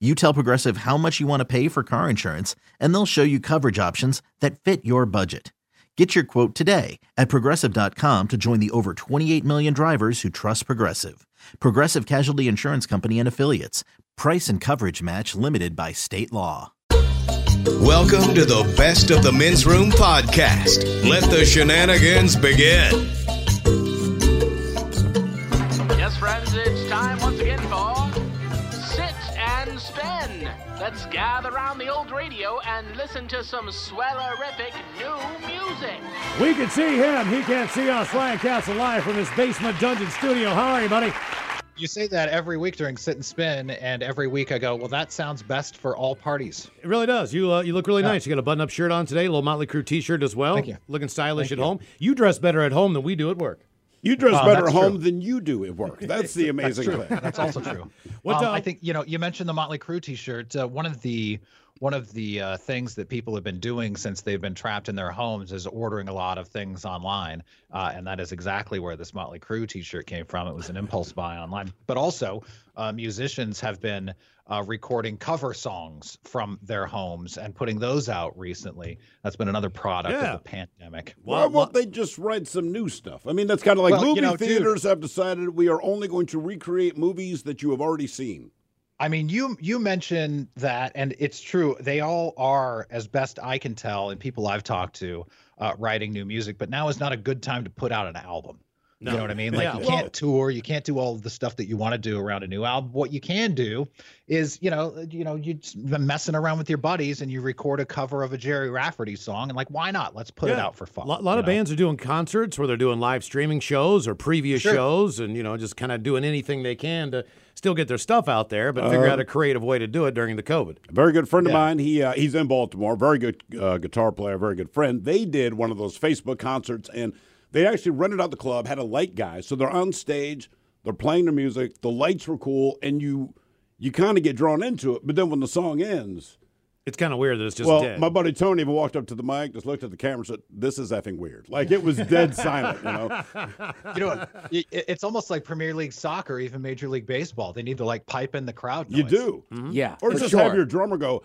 You tell Progressive how much you want to pay for car insurance, and they'll show you coverage options that fit your budget. Get your quote today at progressive.com to join the over 28 million drivers who trust Progressive. Progressive Casualty Insurance Company and Affiliates. Price and coverage match limited by state law. Welcome to the Best of the Men's Room podcast. Let the shenanigans begin. Yes, friends, it's time once again for Sit and Spin. Let's gather around the old radio and listen to some swellerific new music. We can see him. He can't see us. Lancaster live from his basement dungeon studio. How are you, buddy? You say that every week during sit and spin, and every week I go, well, that sounds best for all parties. It really does. You uh, you look really nice. You got a button-up shirt on today, a little Motley Crue T-shirt as well. Thank you. Looking stylish at home. You dress better at home than we do at work. You dress Oh, better that's at home true. than you do at work. That's the amazing thing. That's also true. What, um, uh, I think you know, you mentioned the Motley Crue T-shirt. Uh, one of the one of the uh, things that people have been doing since they've been trapped in their homes is ordering a lot of things online, uh, and that is exactly where this Motley Crue T-shirt came from. It was an impulse buy online, but also uh, musicians have been uh, recording cover songs from their homes and putting those out recently. That's been another product Yeah. of the pandemic. Why won't they just write some new stuff? I mean, that's kind of like Well, you movie know, dude- theaters have decided we are only going to recreate movies that you have already seen. I mean, you you mentioned that, and it's true. They all are, as best I can tell, and people I've talked to, uh, writing new music. But now is not a good time to put out an album. You know what I mean? Like Yeah. you can't tour, you can't do all of the stuff that you want to do around a new album. What you can do is, you know, you know, you've been messing around with your buddies, and you record a cover of a Jerry Rafferty song, and like, why not? Let's put it out for fun. A lot, lot you of know? bands are doing concerts where they're doing live streaming shows or previous Sure. shows and, you know, just kind of doing anything they can to still get their stuff out there, but figure out a creative way to do it during the COVID. A very good friend of Yeah. mine. He uh, he's in Baltimore. Very good uh, guitar player. Very good friend. They did one of those Facebook concerts, and they actually rented out the club. Had a light guy, so they're on stage. They're playing their music. The lights were cool, and you you kind of get drawn into it. But then when the song ends, It's kind of weird that it's just well, dead. my buddy Tony even walked up to the mic, just looked at the camera, and said, "This is effing weird." Like it was dead silent. You Mm-hmm. know, you know, it, it's almost like Premier League soccer, even Major League Baseball. They need to like pipe in the crowd. you noise. do, Yeah, or for just sure. have your drummer go.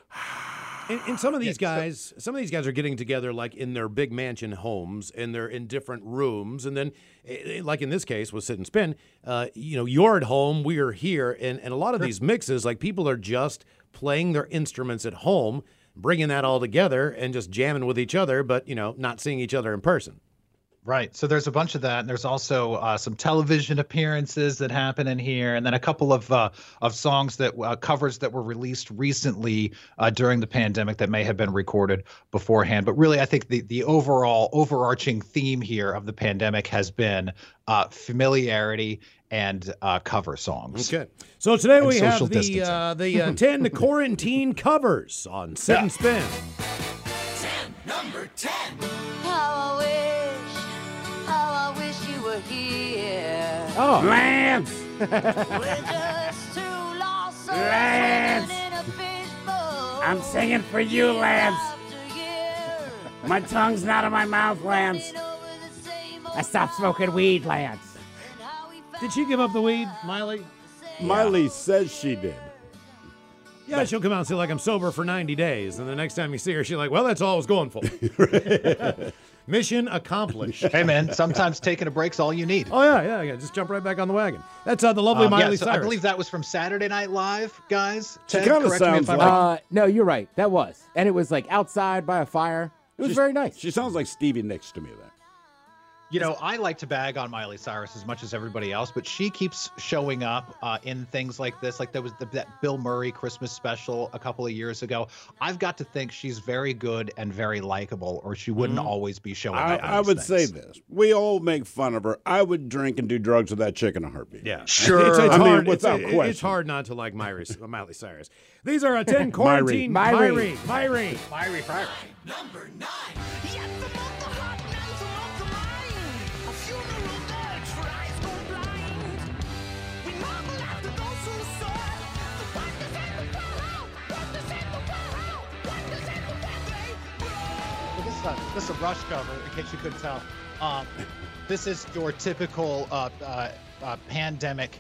And, and some of these guys, some of these guys are getting together like in their big mansion homes, and they're in different rooms. And then, eh, eh, like in this case, with sit and spin, uh, you know, you're at home, we are here, and and a lot of these mixes, like people are just playing their instruments at home, bringing that all together, and just jamming with each other, but you know, not seeing each other in person. Right. So there's a bunch of that, and there's also uh, some television appearances that happen in here, and then a couple of uh, of songs that uh, covers that were released recently uh, during the pandemic that may have been recorded beforehand. But really, I think the the overall overarching theme here of the pandemic has been uh, familiarity and uh, cover songs. Okay. So today we social have the distancing. uh, the uh, ten quarantine covers on sit and spin. How I wish, how I wish you were here. Oh. Lance, We're just two lost souls Lance. in a fishbowl. I'm singing for you, Lance. My tongue's not in my mouth, Lance. I stopped smoking weed, Lance. Did she give up the weed, Miley? Miley says she did. Yeah, she'll come out and say, like, I'm sober for 90 days. And the next time you see her, she's like, well, that's all I was going for. Mission accomplished. Hey man, sometimes taking a break's all you need. oh, yeah, yeah, yeah. Just jump right back on the wagon. That's uh, the lovely Um, Miley yeah, so I Cyrus. believe that was from Saturday Night Live, guys. She Ted, kinda correct me if sounds I'm like- wrong. Uh, no, you're right. That was, and it was like outside by a fire. It was She's- very nice. She sounds like Stevie Nicks to me. Then You know, I like to bag on Miley Cyrus as much as everybody else, but she keeps showing up uh, in things like this. Like there was the, that Bill Murray Christmas special a couple of years ago. I've got to think she's very good and very likable, or she wouldn't Mm-hmm. always be showing I, up. in I these would say things. this. We all make fun of her. I would drink and do drugs with that chick in a heartbeat. Yeah, Sure. It's, it's I mean, hard, it's- without it- question. it's hard not to like Miley, Miley Cyrus. These are our ten quarantine Myrie. Myrie, Myrie. Fiery Friday. Well, this is a, this is a Rush cover, in case you couldn't tell. Um, this is your typical uh, uh, uh, pandemic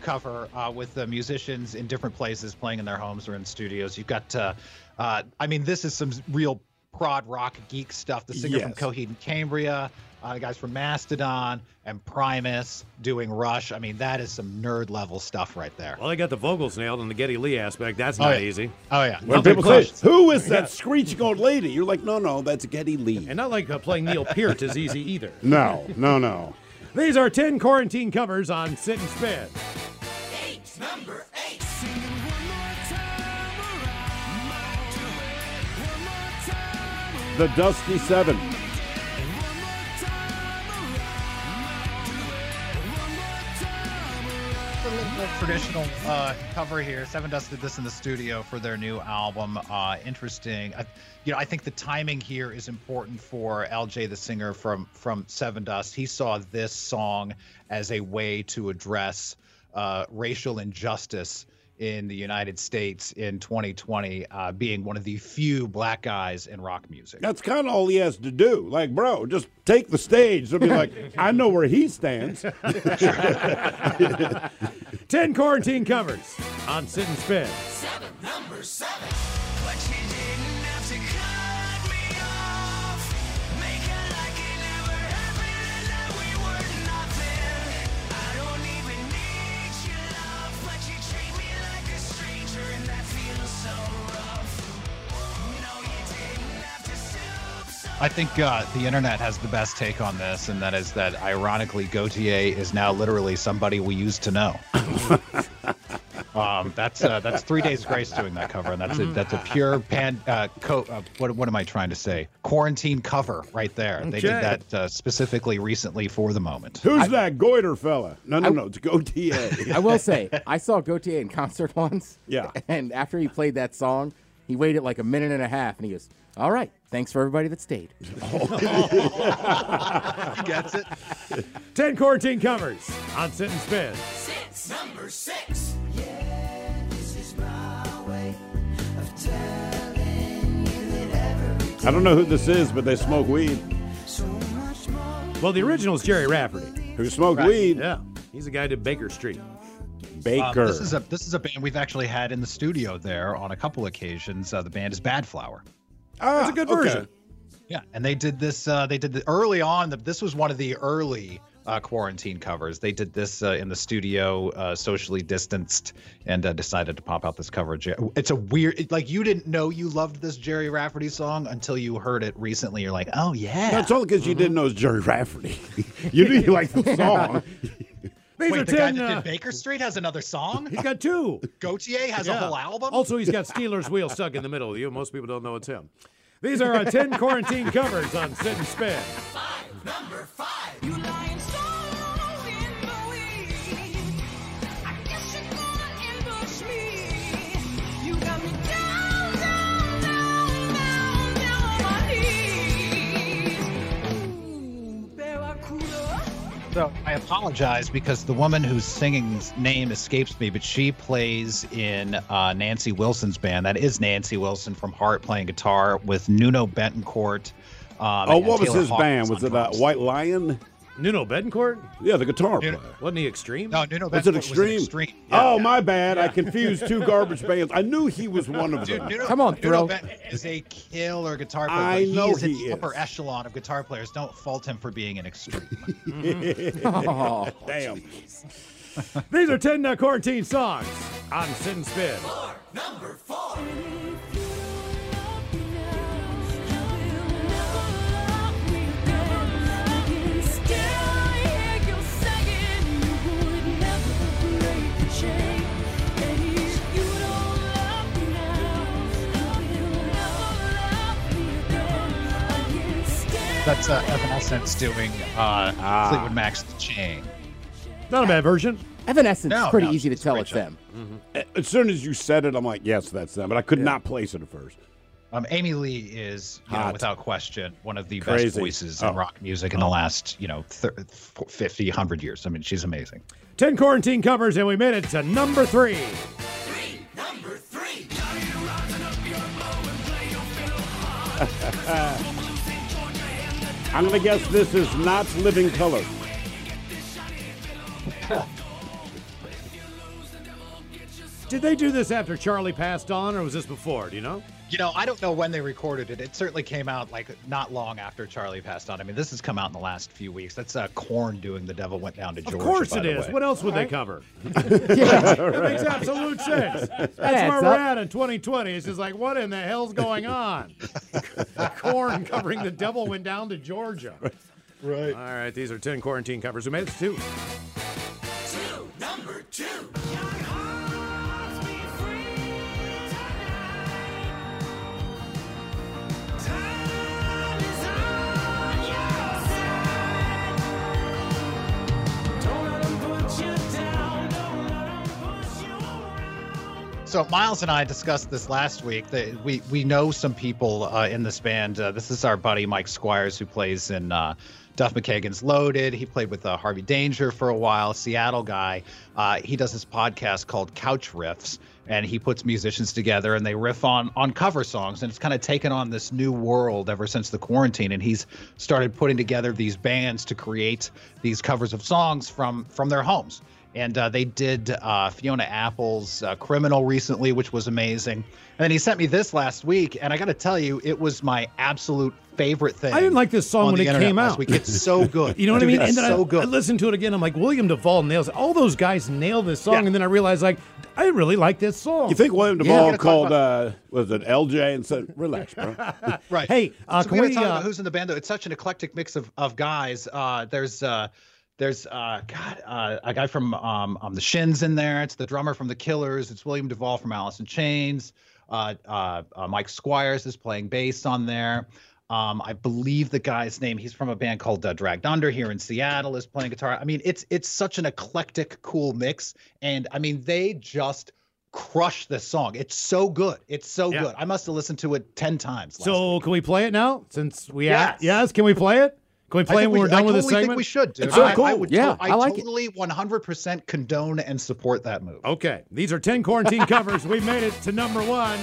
cover uh, with the musicians in different places playing in their homes or in studios. You've got, uh, uh, I mean, this is some real prod rock geek stuff. The singer from Yes. Coheed and Cambria, uh, the guys from Mastodon and Primus doing Rush. I mean, that is some nerd level stuff right there. Well, they got the vocals nailed and the Getty Lee aspect. That's Oh, not yeah. easy. Oh, yeah. When Nothing people say, close. "Who is that screeching old lady?" You're like, "No, no, that's Getty Lee." And not like uh, playing Neil Peart is easy either. No, no, no. These are 10 quarantine covers on Sit and Spin. The Dusty Seven. a little more traditional uh, cover here. Seven Dust did this in the studio for their new album. Uh, interesting. I, you know, I think the timing here is important for LJ, the singer from from Seven Dust. He saw this song as a way to address uh, racial injustice in the United States in 2020, uh, being one of the few black guys in rock music. That's kind of all he has to do. Like, bro, just take the stage. They'll be like, "I know where he stands." 10 quarantine covers on Sit and Spin. I think uh, the internet has the best take on this, and that is that ironically, Gautier is now literally somebody we used to know. um, that's uh, that's three days grace doing that cover, and that's a, that's a pure pan. Uh, co- uh, what what am I trying to say? Quarantine cover right there. They did Okay. that uh, specifically recently for the moment. Who's that goiter fella? No, no, no. It's Go TA. I will say, I saw Gautier in concert once. Yeah. And after he played that song, he waited like a minute and a half, and he goes, "All right, thanks for everybody that stayed." He gets it. 10 quarantine covers on Sit and Spin. I don't know who this is, but they smoke weed. Well, the original is Jerry Rafferty. Who smoke Right. weed? Yeah, he's the guy to Baker Street. Um, Baker. this is a this is a band we've actually had in the studio there on a couple occasions. Uh, the band is Bad Flower. ah, It's a good okay. version. Yeah, and they did this. Uh, they did the early on. The, this was one of the early uh, quarantine covers. They did this uh, in the studio, uh, socially distanced, and uh, decided to pop out this cover. Jer- It's a weird, it- like you didn't know you loved this Jerry Rafferty song until you heard it recently. You're like, oh yeah. That's all because you didn't know it was Jerry Rafferty. you knew you liked the song. These are Wait, the guy 10. that uh, did Baker Street has another song. he's got two. Gautier has a Yeah. whole album. Also, he's got Steeler's wheel stuck in the middle of you. Most people don't know it's him. These are our 10 quarantine covers on Sit and Spin. So I apologize because the woman who's singing's name escapes me, but she plays in uh, Nancy Wilson's band. That is Nancy Wilson from Heart playing guitar with Nuno Betancourt. Um, oh, and what was Taylor his Hawkins band? on Was it uh, drums. White Lion? Nuno Betancourt? Yeah, the guitar Nuno- player. Wasn't he extreme? No, Nuno Was Betancourt it extreme? Oh, was an extreme. oh, my bad. I confused two garbage bands. I knew he was one of Dude, them. Nuno, Come on, Nuno Thrill. Betancourt is a killer guitar player. I but know he is in he the upper is. echelon of guitar players. Don't fault him for being an extreme. Oh, Mm-hmm. Damn. These are 10 uh, quarantine songs on Sit and Spin. Stay That's uh, Evanescence doing uh, Ah. Fleetwood Mac's The Chain. Not a bad version. Evanescence is No, pretty no, easy to it's a tell great it's show. them. Mm-hmm. As soon as you said it, I'm like, yes, that's them. But I could not place it at first. Um, Amy Lee is, you know, Hot. without question, one of the best Crazy. voices in Oh. rock music in the last, you know, thir- f- 50, 100 years. I mean, she's amazing. 10 quarantine covers, and we made it to number three. I'm gonna guess this is not Living Color. Did they do this after Charlie passed on, or was this before? Do you know? You know, I don't know when they recorded it. It certainly came out like not long after Charlie passed on. I mean, this has come out in the last few weeks. That's uh, Corn doing "The Devil Went Down to Georgia." Of course by it the is. way. What else would they cover? It makes absolute sense. That's adds where we're up. at in 2020. It's just like, what in the hell's going on? Corn covering the devil went down to Georgia. Right. All right, these are 10 quarantine covers. We made it to two. So Miles and I discussed this last week. That we we know some people uh, in this band. Uh, this is our buddy Mike Squires, who plays in uh, Duff McKagan's Loaded. He played with uh, Harvey Danger for a while. Seattle guy. Uh, he does this podcast called Couch Riffs, and he puts musicians together and they riff on on cover songs. And it's kind of taken on this new world ever since the quarantine. And he's started putting together these bands to create these covers of songs from from their homes and uh, they did uh, Fiona Apple's uh, Criminal recently, which was amazing. And then he sent me this last week, and I got to tell you, it was my absolute favorite thing. I didn't like this song on when the it internet came last out. Week. It's so good. You know what Dude, I mean? It's And then so I, good. I listened to it again. I'm like, William Duvall nails it. All those guys nail this song. And then I realized, like, I really like this song. You think William we're Duvall gonna talk called uh, was it LJ and said, "Relax, bro." Right. Hey, uh, so can we gotta we, talk uh, about who's in the band though? It's such an eclectic mix of of guys. Uh, there's uh, there's uh, God, uh, a guy from um, um, the Shins in there. It's the drummer from the Killers. It's William Duvall from Alice in Chains. Uh, uh, uh, Mike Squires is playing bass on there. Um, I believe the guy's name. He's from a band called uh, Dragged Under here in Seattle. Is playing guitar. I mean, it's it's such an eclectic, cool mix. And I mean, they just crush this song. It's so good. It's so Yeah. good. I must have listened to it ten times. last So can we play it now? Since we Yes. a- yes, can we play it? Can we I play it when think we- we're done I with this totally segment? Think we should. Dude. so I, cool. I would, Yeah, I, I like it. totally 100% condone and support that move. Okay, these are ten quarantine covers. We made it to number one.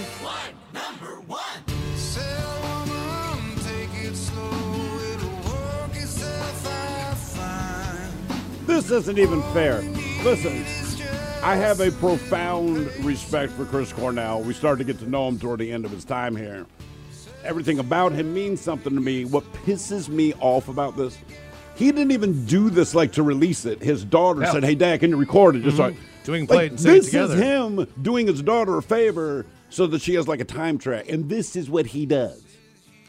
This isn't even fair. Listen, I have a profound respect for Chris Cornell. We started to get to know him toward the end of his time here. Everything about him means something to me. What pisses me off about this, he didn't even do this like to release it. His daughter No. said, "Hey, Dad, can you record it?" Just like Mm-hmm. So we can like, play it and sing it this together. is him doing his daughter a favor so that she has like a time track, and this is what he does.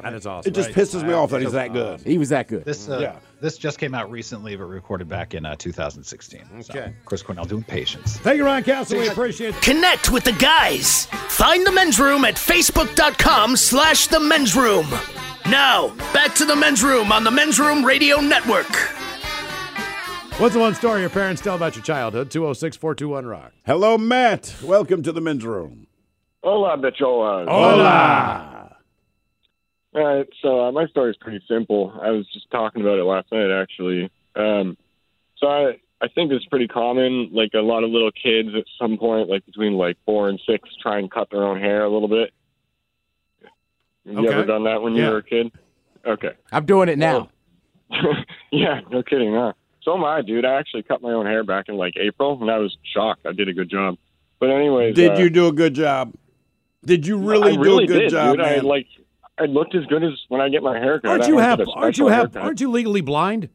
That is awesome. It just pisses me off that he's that good. He was that good. This uh, Yeah. this just came out recently, but recorded back in uh, 2016. So, Okay. Chris Cornell doing Patience. Thank you, Ron Castle. We appreciate it. Connect with the guys. Find the men's room at facebook.com slash the men's room. Now, back to the men's room on the men's room radio network. What's the one story your parents tell about your childhood? 206 421 Rock. Hello, Matt. Welcome to the men's room. Hola, bicholas. Hola. All right, so uh, my story is pretty simple. I was just talking about it last night, actually. Um, so I, I think it's pretty common. Like a lot of little kids at some point, like between like four and six, try and cut their own hair a little bit. You Okay. ever done that when Yeah. you were a kid? Okay. I'm doing it now. yeah, no kidding, huh? So am I, dude. I actually cut my own hair back in like April, and I was shocked. I did a good job. But anyways, Did uh, you do a good job? Did you really, I really do a good did, job? dude. I man? like I looked as good as when I get my haircut. Aren't I you don't hap- get a Aren't you special hap- haircut. Aren't you legally blind?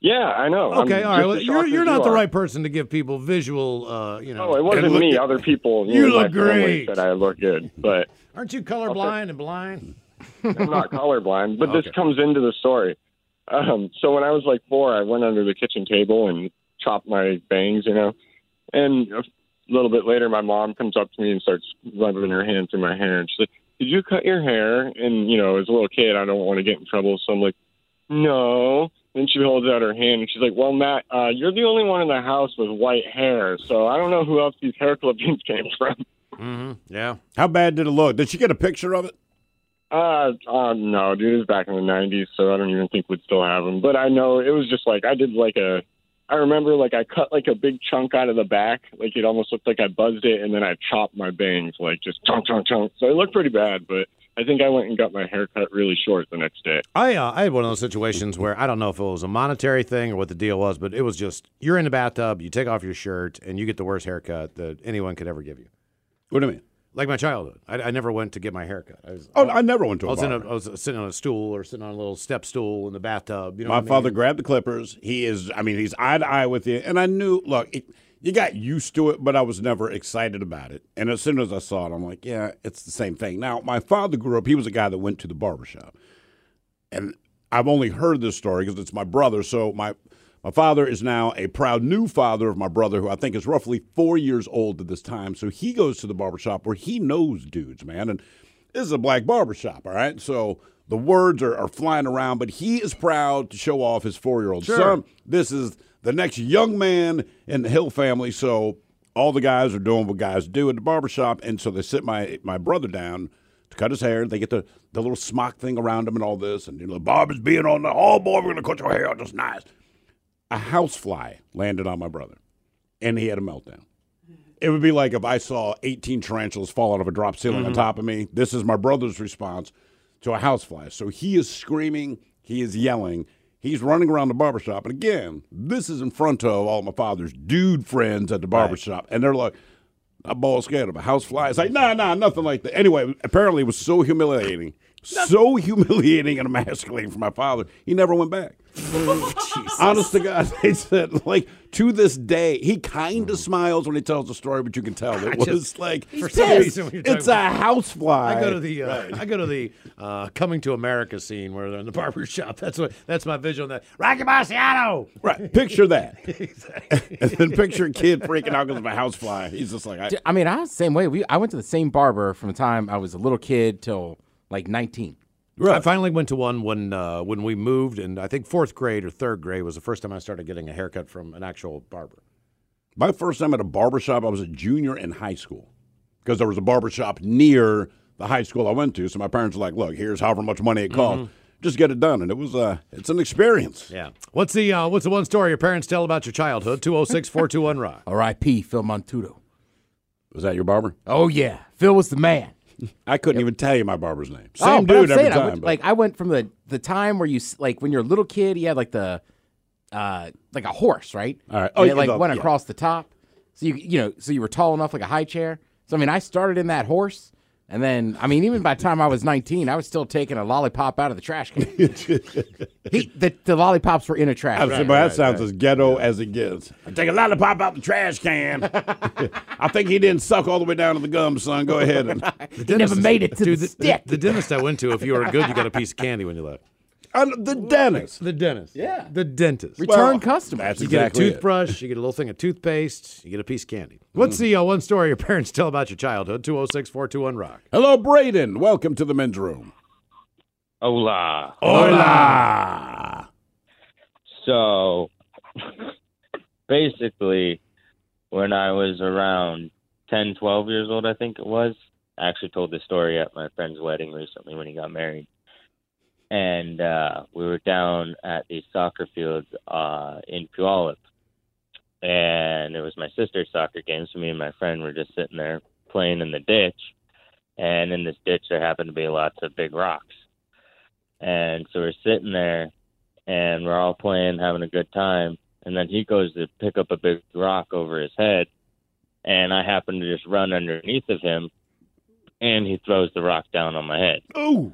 Yeah, I know. I'm Okay, all right. just Well, as you're shocked you're as not you the are. right person to give people visual. Uh, you know. No, it wasn't look me. good. Other people. You know, my look family great. Said I look good, but Aren't you colorblind and blind? I'm not colorblind. But Okay. this comes into the story. Um, so when I was like four, I went under the kitchen table and chopped my bangs, you know. And a little bit later, my mom comes up to me and starts rubbing her hand through my hair, and she's like, "Did you cut your hair?" And you know, as a little kid, I don't want to get in trouble, so I'm like, no. Then she holds out her hand and she's like, well, Matt, uh, you're the only one in the house with white hair, so I don't know who else these hair clippings came from. Mm-hmm. Yeah. How bad did it look? Did she get a picture of it? Uh, uh, no, dude, it was back in the '90s, so I don't even think we'd still have them. But I know it was just like I did, like a, I remember like I cut like a big chunk out of the back, like it almost looked like I buzzed it, and then I chopped my bangs, like just chunk, chunk, chunk. So it looked pretty bad, but I think I went and got my hair cut really short the next day. I uh, I had one of those situations where I don't know if it was a monetary thing or what the deal was, but it was just you're in the bathtub, you take off your shirt, and you get the worst haircut that anyone could ever give you. What do you mean? Like my childhood, I, I never went to get my haircut. I was, Oh, I never went to I a was, in a, barber. I was sitting on a stool or sitting on a little step stool in the bathtub. You know, My what I mean? father grabbed the clippers. He is, I mean, he's eye to eye with you. And I knew, look, it, you got used to it, but I was never excited about it. And as soon as I saw it, I'm like, yeah, it's the same thing. Now, my father grew up, he was a guy that went to the barbershop. And I've only heard this story because it's my brother. So my, my father is now a proud new father of my brother, who I think is roughly four years old at this time. So he goes to the barbershop where he knows dudes, man. And this is a black barbershop, all right? So the words are, are flying around, but he is proud to show off his four year old Sure. son. This is the next young man in the Hill family. So all the guys are doing what guys do at the barbershop. And so they sit my, my brother down to cut his hair. They get the, the little smock thing around him and all this. And you know, Bob is being on the, oh boy, we're going to cut your hair just nice. A housefly landed on my brother, and he had a meltdown. It would be like if I saw 18 tarantulas fall out of a drop ceiling on top of me. This is my brother's response to a housefly. So he is screaming, he is yelling, he's running around the barbershop. And again, this is in front of all my father's dude friends at the barbershop. And they're like, that boy's scared of a housefly. It's like, nah, nah, nothing like that. Anyway, apparently it was so humiliating, so humiliating and emasculating for my father, he never went back. Honest to God, they said like to this day he kind of smiles when he tells the story, but you can tell it was just- like for some reason when you're talking it's a about- housefly. I go to the uh, I go to the uh, coming to America scene where they're in the barber shop. That's what that's my vision. That Rocky Marciano. right. Picture that, and then picture a kid freaking out because of a housefly. He's just like, I, D- I mean, I was the same way. We I went to the same barber from the time I was a little kid till like 19. I finally went to one when uh, when we moved, and I think fourth grade or third grade was the first time I started getting a haircut from an actual barber. My first time at a barbershop, I was a junior in high school because there was a barbershop near the high school I went to. So my parents were like, look, here's however much money it costs. Just get it done. And it was, uh, it's an experience. Mm-hmm. Yeah. What's the uh, what's the one story your parents tell about your childhood? 206-421 rock. R.I.P. Phil Montudo. Was that your barber? Oh yeah, Phil was the man. I couldn't even tell you my barber's name. Same oh, but I'm dude every saying, time. I went, but- like I went from the the time where you s- like when you're a little kid, he had like the uh like a horse, right? All right. Oh, Oh, and yeah, it, like the- went yeah. across the top. So you you know, so you were tall enough like a high chair. So I mean, I started in that horse. And then, I mean, even by the time I was 19, I was still taking a lollipop out of the trash can. he, the, the lollipops were in a trash I can. said, but that sounds as ghetto as it gets. I take a lollipop out the trash can. I think he didn't suck all the way down to the gum, son. Go ahead. And He never made it to Dude, the, the, stick. the dentist I went to, if you were good, you got a piece of candy when you left. And the dentist. The dentist. Yeah. The dentist. Return well, customers. That's You exactly get a it. toothbrush, you get a little thing of toothpaste, you get a piece of candy. What's the uh, one story your parents tell about your childhood? 206 421 Rock. Hello, Braden. Welcome to the men's room. Hola. Hola. So basically, when I was around 10, 12 years old, I think it was, I actually told this story at my friend's wedding recently when he got married. And uh, we were down at the soccer field uh, in Puyallup. And it was my sister's soccer game. So me and my friend were just sitting there playing in the ditch. And in this ditch, there happened to be lots of big rocks. And so we're sitting there and we're all playing, having a good time. And then he goes to pick up a big rock over his head, and I happen to just run underneath of him, and he throws the rock down on my head. Ooh.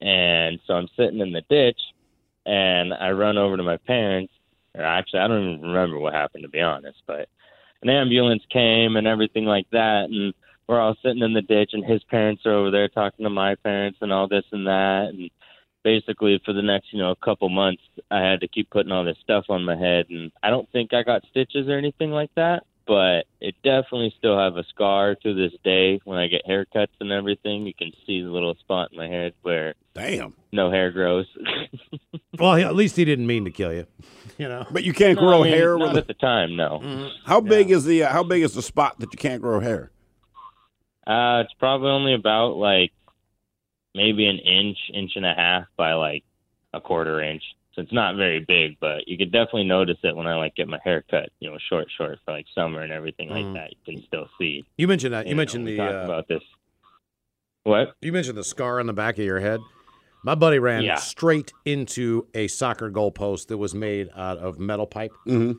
And so I'm sitting in the ditch, and I run over to my parents. Or actually, I don't even remember what happened to be honest, but an ambulance came and everything like that, and we're all sitting in the ditch, and his parents are over there talking to my parents and all this and that, and basically for the next you know couple months, I had to keep putting all this stuff on my head, and I don't think I got stitches or anything like that, but it definitely still have a scar to this day. When I get haircuts and everything, you can see the little spot in my head where damn no hair grows. Well, at least he didn't mean to kill you. You know, but you can't No, grow I mean, hair not with a- at the time. No, How big is the uh, how big is the spot that you can't grow hair? uh, it's probably only about like maybe an inch, inch and a half by like a quarter inch. So it's not very big, but you could definitely notice it when I like get my hair cut. You know, short, short for like summer and everything like Mhm. that. You can still see. You mentioned that. You, know, mentioned we the talked uh, about this. What? You mentioned the scar on the back of your head. My buddy ran Yeah. straight into a soccer goal post that was made out of metal pipe. Mm-hmm.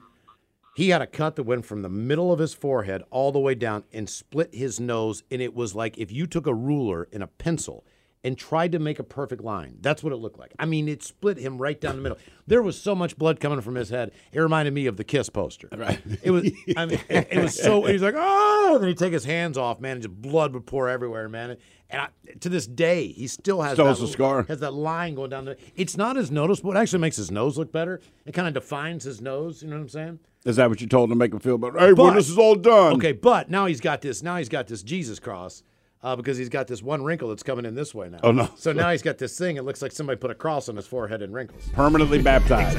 He had a cut that went from the middle of his forehead all the way down and split his nose. And it was like if you took a ruler and a pencil and tried to make a perfect line, that's what it looked like. I mean, it split him right down the middle. There was so much blood coming from his head. It reminded me of the Kiss poster. Right. It was, I mean, it, it was so, he's like, oh, and then he'd take his hands off, man, and just blood would pour everywhere, man. And I, to this day, he still has Still that has the scar. Has that line going down there. It's not as noticeable. It actually makes his nose look better. It kind of defines his nose. You know what I'm saying? Is that what you told him to make him feel better? Hey, when But- this is all done. Okay, but now he's got this. Now he's got this Jesus cross uh, because he's got this one wrinkle that's coming in this way now. Oh, no. So now he's got this thing. It looks like somebody put a cross on his forehead and wrinkles. Permanently baptized.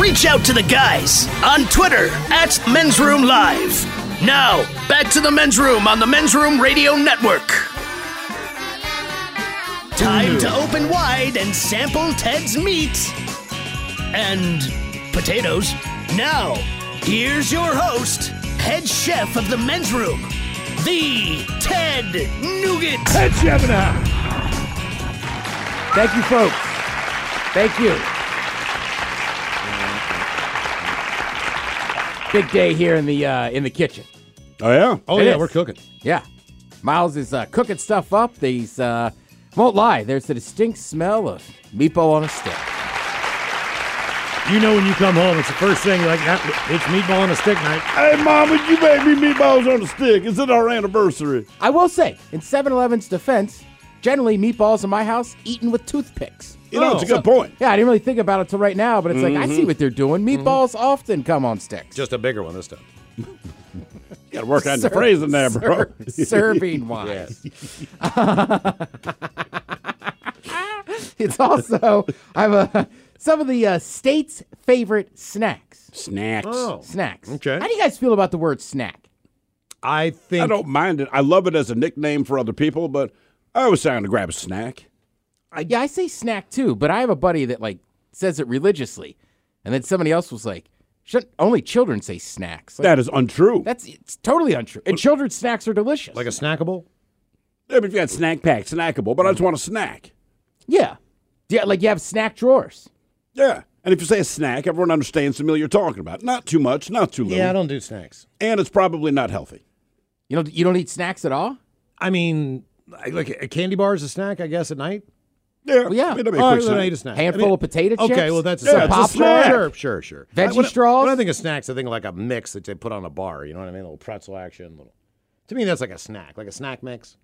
Reach out to the guys on Twitter at Men's Room Live. Now, back to the Men's Room on the Men's Room Radio Network. Time to open wide and sample Ted's meat and potatoes. Now, here's your host, head chef of the Men's Room, the Ted Nugent. Head chef and a Thank you, folks. Thank you. Big day here in the uh, in the kitchen. Oh yeah. Oh yeah, we're cooking. Yeah, Miles is uh, cooking stuff up. These uh, won't lie. There's a distinct smell of meatball on a stick. You know when you come home, it's the first thing like that, it's meatball on a stick night. Hey, Mama, you made me meatballs on a stick. Is it our anniversary? I will say, in 7-Eleven's defense, generally meatballs in my house eaten with toothpicks. You know, it's Oh. a good point. Mm-hmm. Yeah, I didn't really think about it till right now, but it's like I Mhm. see what they're doing. Meatballs often come on sticks. Just a bigger one this time. Got to work on the phrase in there, bro. ser- serving wise. it's also I have a, some of the uh, state's favorite snacks. Snacks. Oh. Snacks. Okay. How do you guys feel about the word snack? I think I don't mind it. I love it as a nickname for other people, but I always trying to grab a snack. I, yeah, I say snack too, but I have a buddy that like says it religiously, and then somebody else was like, "Shouldn't only children say snacks?" Like, That is untrue. That's it's totally untrue. And children's snacks are delicious. Like a snackable? I mean, if you got snack pack, snackable, but I just want a snack. Yeah, yeah, like you have snack drawers. Yeah. And if you say a snack, everyone understands the meal you're talking about. Not too much, not too little. Yeah, I don't do snacks. And it's probably not healthy. You don't you don't eat snacks at all. I mean, I- like a candy bar is a snack, I guess, at night. Yeah. Well, yeah. Oh, I mean, that'd be a quick then snack. I eat Handful of potato okay, chips? well, that's a Yeah, snack. it's a Pop snack. Sure, sure, sure. Veggie Like, when I- straws? When I think of snacks, I think of like a mix that they put on a bar. You know what I mean? A little pretzel action. Little. To me, that's like a snack, like a snack mix.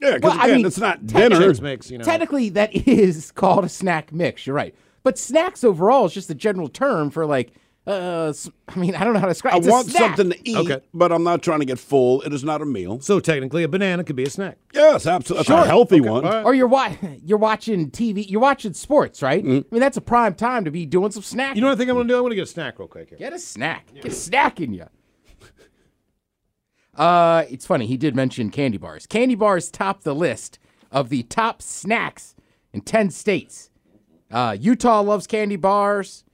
Yeah, because Well, I again, mean, it's not technically- dinner. Chips mix, you know. Technically, that is called a snack mix. You're right. But snacks overall is just a general term for like, uh, s- I mean, I don't know how to describe. I it's a want snack. something to eat, Okay. but I'm not trying to get full. It is not a meal. So technically, a banana could be a snack. Yes, absolutely. That's Sure. a healthy one. Or you're wa- you're watching TV, you're watching sports, right? Mm. I mean, that's a prime time to be doing some snacking. You know what I think I'm going to do? I'm going to get a snack real quick here. Get a snack. Get a snack in you. Uh, it's funny. He did mention candy bars. Candy bars top the list of the top snacks in ten states. Uh, Utah loves candy bars.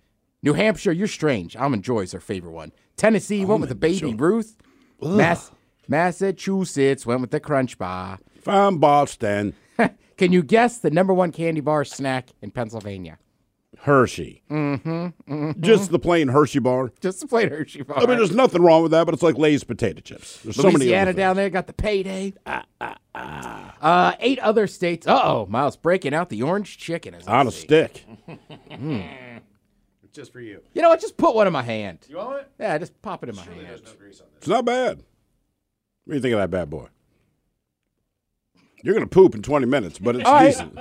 New Hampshire, you're strange. Almond Joy is their favorite one. Tennessee went with the Baby Ruth. Mass- Massachusetts went with the Crunch Bar. Fine, Boston. Can you guess the number one candy bar snack in Pennsylvania? Hershey. Just the plain Hershey bar. Mm-hmm, Just the plain Hershey bar. I mean, there's nothing wrong with that, but it's like Lay's potato chips. There's so many. Louisiana other down there got the payday. Ah, ah, ah. Uh, eight other states. Uh oh, Miles breaking out the orange chicken. As Hmm. things. On a stick. Hmm. Just for you. You know what? Just put one in my hand. You want it? Yeah, just pop it in my hand. It's not bad. What do you think of that bad boy? You're going to poop in 20 minutes, but it's All right. decent.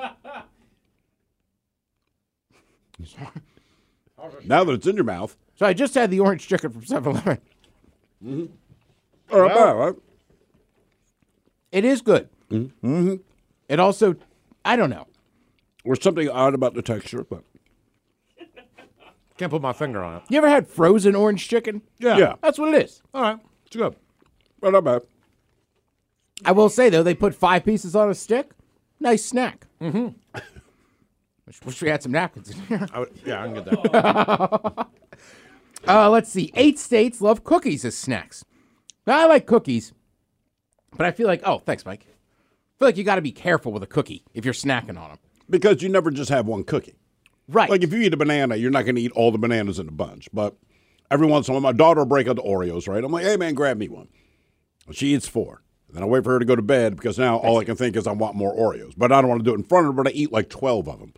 now that it's in your mouth, So I just had the orange chicken from 7 Eleven. Mm-hmm. All right, Well, bye, right? It is good. Mm-hmm. It also, I don't know. There's something odd about the texture, but Can't put my finger on it. You ever had frozen orange chicken? Yeah. Yeah. That's what it is. All right. It's good. Right, not bad. I will say, though, they put five pieces on a stick. Nice snack. Mm-hmm. wish, wish we had some napkins in here. I would, yeah, I can get that. Uh, let's see. Eight states love cookies as snacks. Now, I like cookies, but I feel like, oh, thanks, Mike. I feel like you got to be careful with a cookie if you're snacking on them. because you never just have one cookie. Right. Like if you eat a banana, you're not going to eat all the bananas in a bunch. But every once in a while, my daughter will break out the Oreos, right? I'm like, hey, man, grab me one. And she eats four. And then I wait for her to go to bed because now all I can think is I want more Oreos. But I don't want to do it in front of her, but I eat like 12 of them.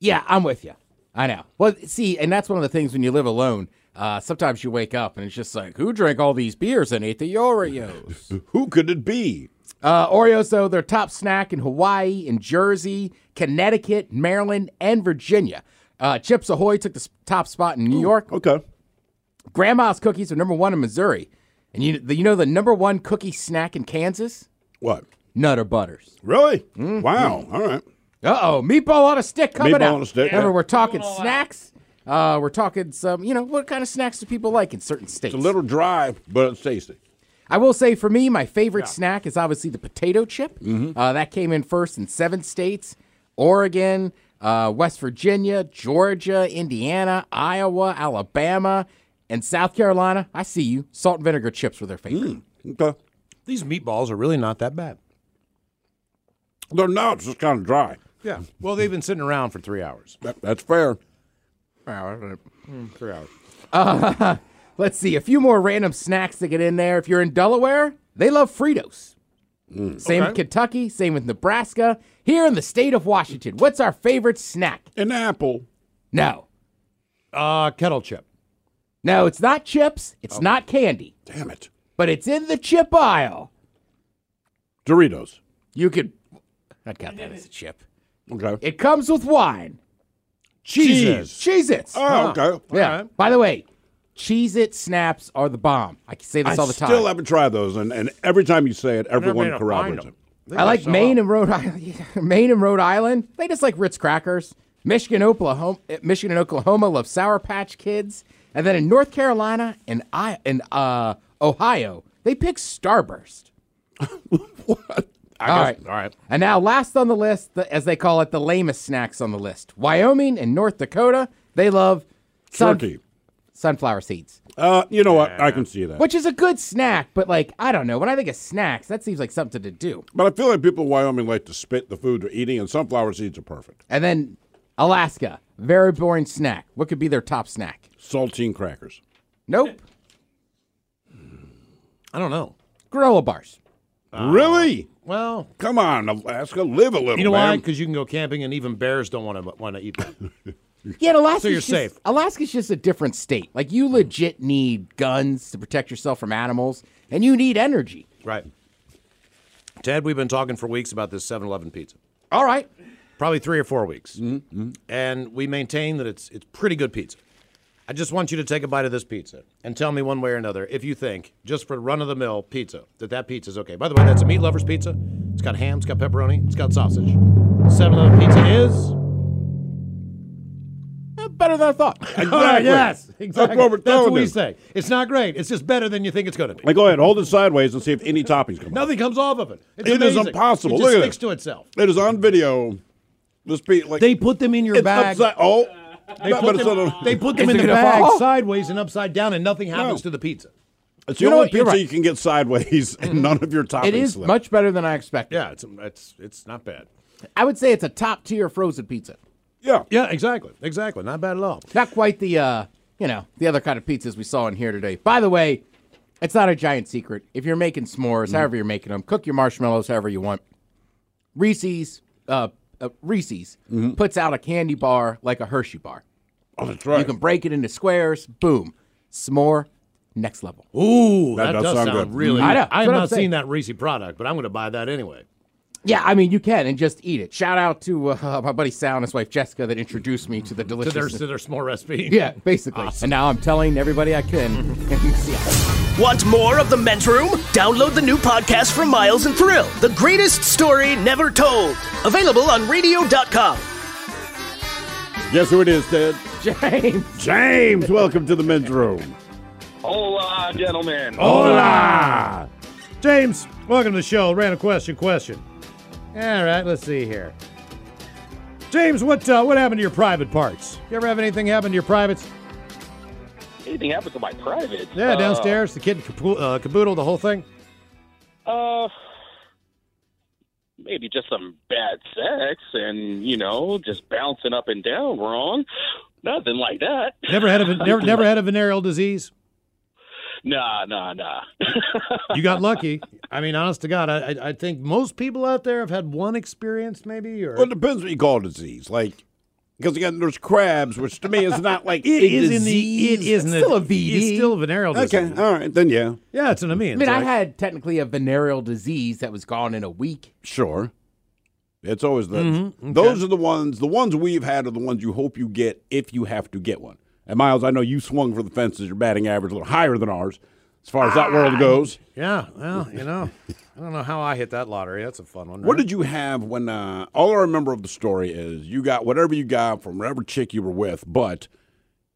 Yeah, I'm with you. I know. Well, see, and that's one of the things when you live alone. Uh, sometimes you wake up and it's just like, who drank all these beers and ate the Oreos? who could it be? Uh, Oreos, though, they're top snack in Hawaii, in Jersey, Connecticut, Maryland, and Virginia. Uh, Chips Ahoy took the s- top spot in New York. Okay. Grandma's cookies are number one in Missouri. And you, the, you know the number one cookie snack in Kansas? What? Nutter Butters. Really? Wow. All right. Uh oh. Meatball on a stick coming Meatball out. on a stick, Remember, yeah. we're talking snacks. Uh, we're talking some, you know, what kind of snacks do people like in certain states? It's a little dry, but it's tasty. I will say for me, my favorite snack is obviously the potato chip. Mm-hmm. Uh, that came in first in seven states Oregon, uh, West Virginia, Georgia, Indiana, Iowa, Alabama, and South Carolina. I see you. Salt and vinegar chips were their favorite. Mm, okay. These meatballs are really not that bad. They're not. It's just kind of dry. Yeah. Well, they've been sitting around for three hours. That- that's fair. hmm, Three hours. Uh, let's see. A few more random snacks to get in there. If you're in Delaware, they love Fritos. Same with Hmm. Okay. Kentucky, same with Nebraska. Here in the state of Washington, what's our favorite snack? An apple. No. Uh, kettle chip. No, it's not chips. It's not candy. Oh. Damn it. But it's in the chip aisle. Doritos. You could. I got that as a chip. Okay. It comes with wine. Cheez-Its. Cheez Its. Oh, okay. Yeah. By the way, Cheez It snaps are the bomb. I can say this I all the time. still haven't tried those, and, and every time you say it, never everyone made a corroborates find 'em. it. They I are like so Maine and Rhode Island. Maine and Rhode Island, they just like Ritz crackers. Michigan, Oklahoma, eh, Michigan and Oklahoma love Sour Patch Kids, and then in North Carolina and I and uh, Ohio, they pick Starburst. I All guess- right. All right. And now, last on the list, the, as they call it, the lamest snacks on the list: Wyoming and North Dakota, they love sun- Turkey. sunflower seeds, Uh, you know what? I can see that. which is a good snack. But like, I don't know. When I think of snacks, that seems like something to do. But I feel like people in Wyoming like to spit the food they're eating, and sunflower seeds are perfect. And then Alaska, very boring snack. What could be their top snack? Saltine crackers. Nope. I don't know. Gorilla bars. Oh. really? Well, Come on, Alaska, live a little, you know why? man. Because you can go camping, and even bears don't want to want to eat that. Yeah, and Alaska's So you're just, safe. Alaska's just a different state. Like you legit need guns to protect yourself from animals, and you need energy. right. Ted, we've been talking for weeks about this 7-Eleven pizza. All right. Mm-hmm, Probably three or four weeks, and we maintain that it's it's pretty good pizza. I just want you to take a bite of this pizza and tell me one way or another if you think, just for run of the mill pizza, that that pizza's okay. By the way, that's a meat lover's pizza. It's got ham, it's got pepperoni, it's got sausage. 7 Eleven pizza is. Eh, Better than I thought. All right, Exactly. yes, exactly. That's what we're telling we you. say. It's not great. It's just better than you think it's going to be. Like, go ahead, hold it sideways and see if any toppings come. Nothing comes off of it. It's It is amazing. impossible. It just Look at sticks it. to itself. It is on video. This be like They put them in your it's bag. upside. Oh, They But put, it's them, not a- they put them Is in it the gonna bag fall? sideways and upside down, and nothing happens to the pizza. it's the You know only what? You're pizza right. you can get sideways, and none of your toppings it is slip. much better than I expected. Yeah, it's it's it's not bad. I would say it's a top tier frozen pizza. yeah, Yeah, exactly, exactly. Not bad at all. Not quite the uh, you know, the other kind of pizzas we saw in here today. By the way, it's not a giant secret. If you're making s'mores, Mm-hmm. however you're making them, cook your marshmallows however you want. Reese's, uh, uh Reese's Mm-hmm. puts out a candy bar like a Hershey bar. Oh, that's right. You can break it into squares. Boom, s'more, next level. Ooh, that, That does does sound sound, good. Mm. really. I know. That's have what I'm not saying. seen that Reese product, but I'm going to buy that anyway. Yeah, I mean you can and just eat it. Shout out to uh, my buddy Sal and his wife Jessica that introduced me to the To their delicious. to their s'more recipe. Yeah, basically. And now I'm telling everybody I can. Want more of the men's room? Download the new podcast from Miles and Thrill, The Greatest Story Never Told. Available on radio.com. Guess who it is, Ted? James. James, welcome to the men's room. Hola, gentlemen. Hola. James, welcome to the show. Random question, question. All right, let's see here. James, what uh, what happened to your private parts? You ever have anything happen to your privates? Anything happens to my private? Yeah, Uh, downstairs, the kid capo- uh, caboodle, the whole thing. Uh, maybe just some bad sex and, you know, just bouncing up and down wrong. Nothing like that. Never had a never never had a venereal disease. Nah, nah, nah. You got lucky. I mean, honest to God, I, I- I think most people out there have had one experience, maybe. Or Well, it depends what you call disease. Like, because again, there's crabs, which to me is not like It a is in the- disease. it is It's in still the- a VD. it's still venereal disease. Okay, all right, then yeah, yeah, that's what I mean. I mean, I had technically a venereal disease that was gone in a week. sure. It's always the Mhm, Mm-hmm. okay. those are the ones. The ones we've had are the ones you hope you get if you have to get one. And Miles, I know you swung for the fences. Your batting average a little higher than ours, as far as that world goes. Ah, Yeah, well, you know, I don't know how I hit that lottery. That's a fun one. What did you have when? Uh, all I remember of the story is you got whatever you got from whatever chick you were with, but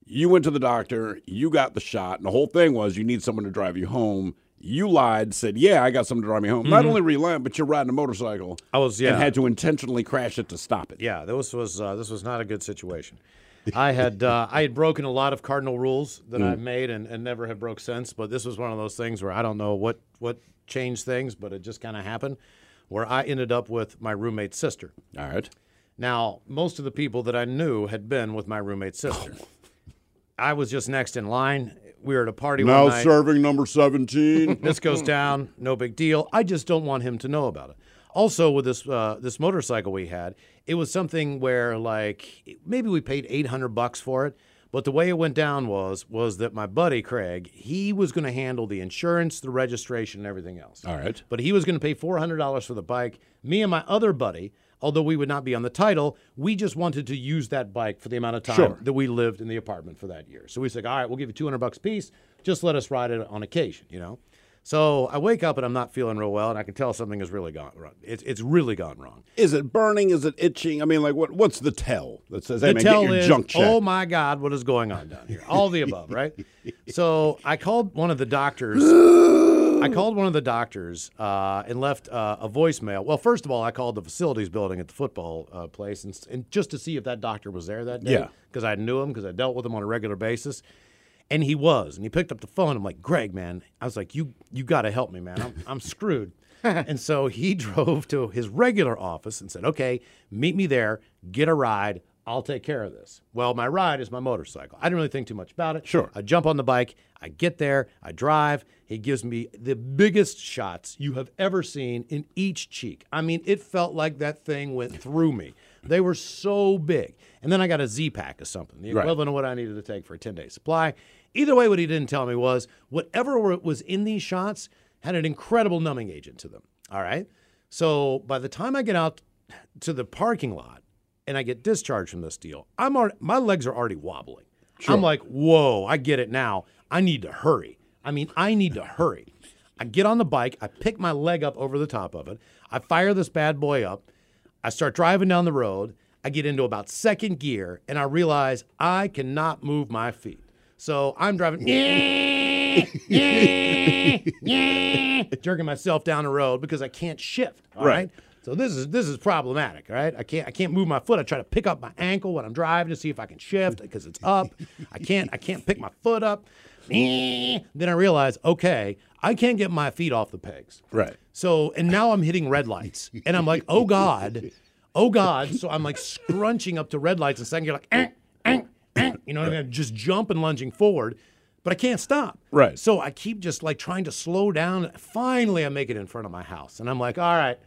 you went to the doctor, you got the shot, and the whole thing was you need someone to drive you home. You lied, said, "Yeah, I got someone to drive me home." Not Mhm. only were you lying, but you're riding a motorcycle. I was, yeah. and had to intentionally crash it to stop it. Yeah, this was uh, this was not a good situation. I had uh, I had broken a lot of cardinal rules that Mm. I've made and, and never have broke since. But this was one of those things where I don't know what what changed things, but it just kind of happened. Where I ended up with my roommate's sister. All right. Now most of the people that I knew had been with my roommate's sister. I was just next in line. We were at a party. now one night. serving number seventeen. this goes down, no big deal. I just don't want him to know about it. Also, with this uh, this motorcycle we had, it was something where like maybe we paid eight hundred bucks for it, but the way it went down was was that my buddy Craig he was going to handle the insurance, the registration, and everything else. All right. But he was going to pay four hundred dollars for the bike. Me and my other buddy, although we would not be on the title, we just wanted to use that bike for the amount of time Sure. that we lived in the apartment for that year. So we said, all right, we'll give you two hundred bucks a piece. Just let us ride it on occasion, you know. So I wake up and I'm not feeling real well, and I can tell something has really gone wrong. It's it's really gone wrong. Is it burning? Is it itching? I mean, like what? What's the tell that says, "Hey, the man, tell get your is, junk checked"? oh my God, what is going on down here? All the above, right? So I called one of the doctors. I called one of the doctors uh, and left uh, a voicemail. Well, first of all, I called the facilities building at the football uh, place and, and just to see if that doctor was there that day. Yeah. Because I knew him, because I dealt with him on a regular basis. And he was. And he picked up the phone. I'm like, Greg, man. I was like, you you got to help me, man. I'm, I'm screwed. and so he drove to his regular office and said, okay, meet me there, get a ride. I'll take care of this. Well, my ride is my motorcycle. I didn't really think too much about it. Sure. I jump on the bike. I get there. I drive. He gives me the biggest shots you have ever seen in each cheek. I mean, it felt like that thing went through me. They were so big. And then I got a Z pack of something, the Right. equivalent of what I needed to take for a 10 day supply. Either way, what he didn't tell me was whatever were- was in these shots had an incredible numbing agent to them. All right. So by the time I get out to the parking lot and I get discharged from this deal, I'm already, my legs are already wobbling. I'm like, whoa, I get it now. I need to hurry. I mean, I need to hurry. I get on the bike, I pick my leg up over the top of it, I fire this bad boy up, I start driving down the road, I get into about second gear, and I realize I cannot move my feet. So I'm driving. jerking myself down the road because I can't shift. all right. Right. So this is this is problematic, all right? I can't I can't move my foot. I try to pick up my ankle when I'm driving to see if I can shift because it's up. I can't I can't pick my foot up. Then I realize, okay, I can't get my feet off the pegs. Right. So, and now I'm hitting red lights. And I'm like, oh God, oh God. So I'm like scrunching up to red lights and second gear, like, eh, eh, eh. you know what I mean? I'm just jumping, lunging forward, but I can't stop. Right. So I keep just like trying to slow down. Finally, I make it in front of my house. And I'm like, all right,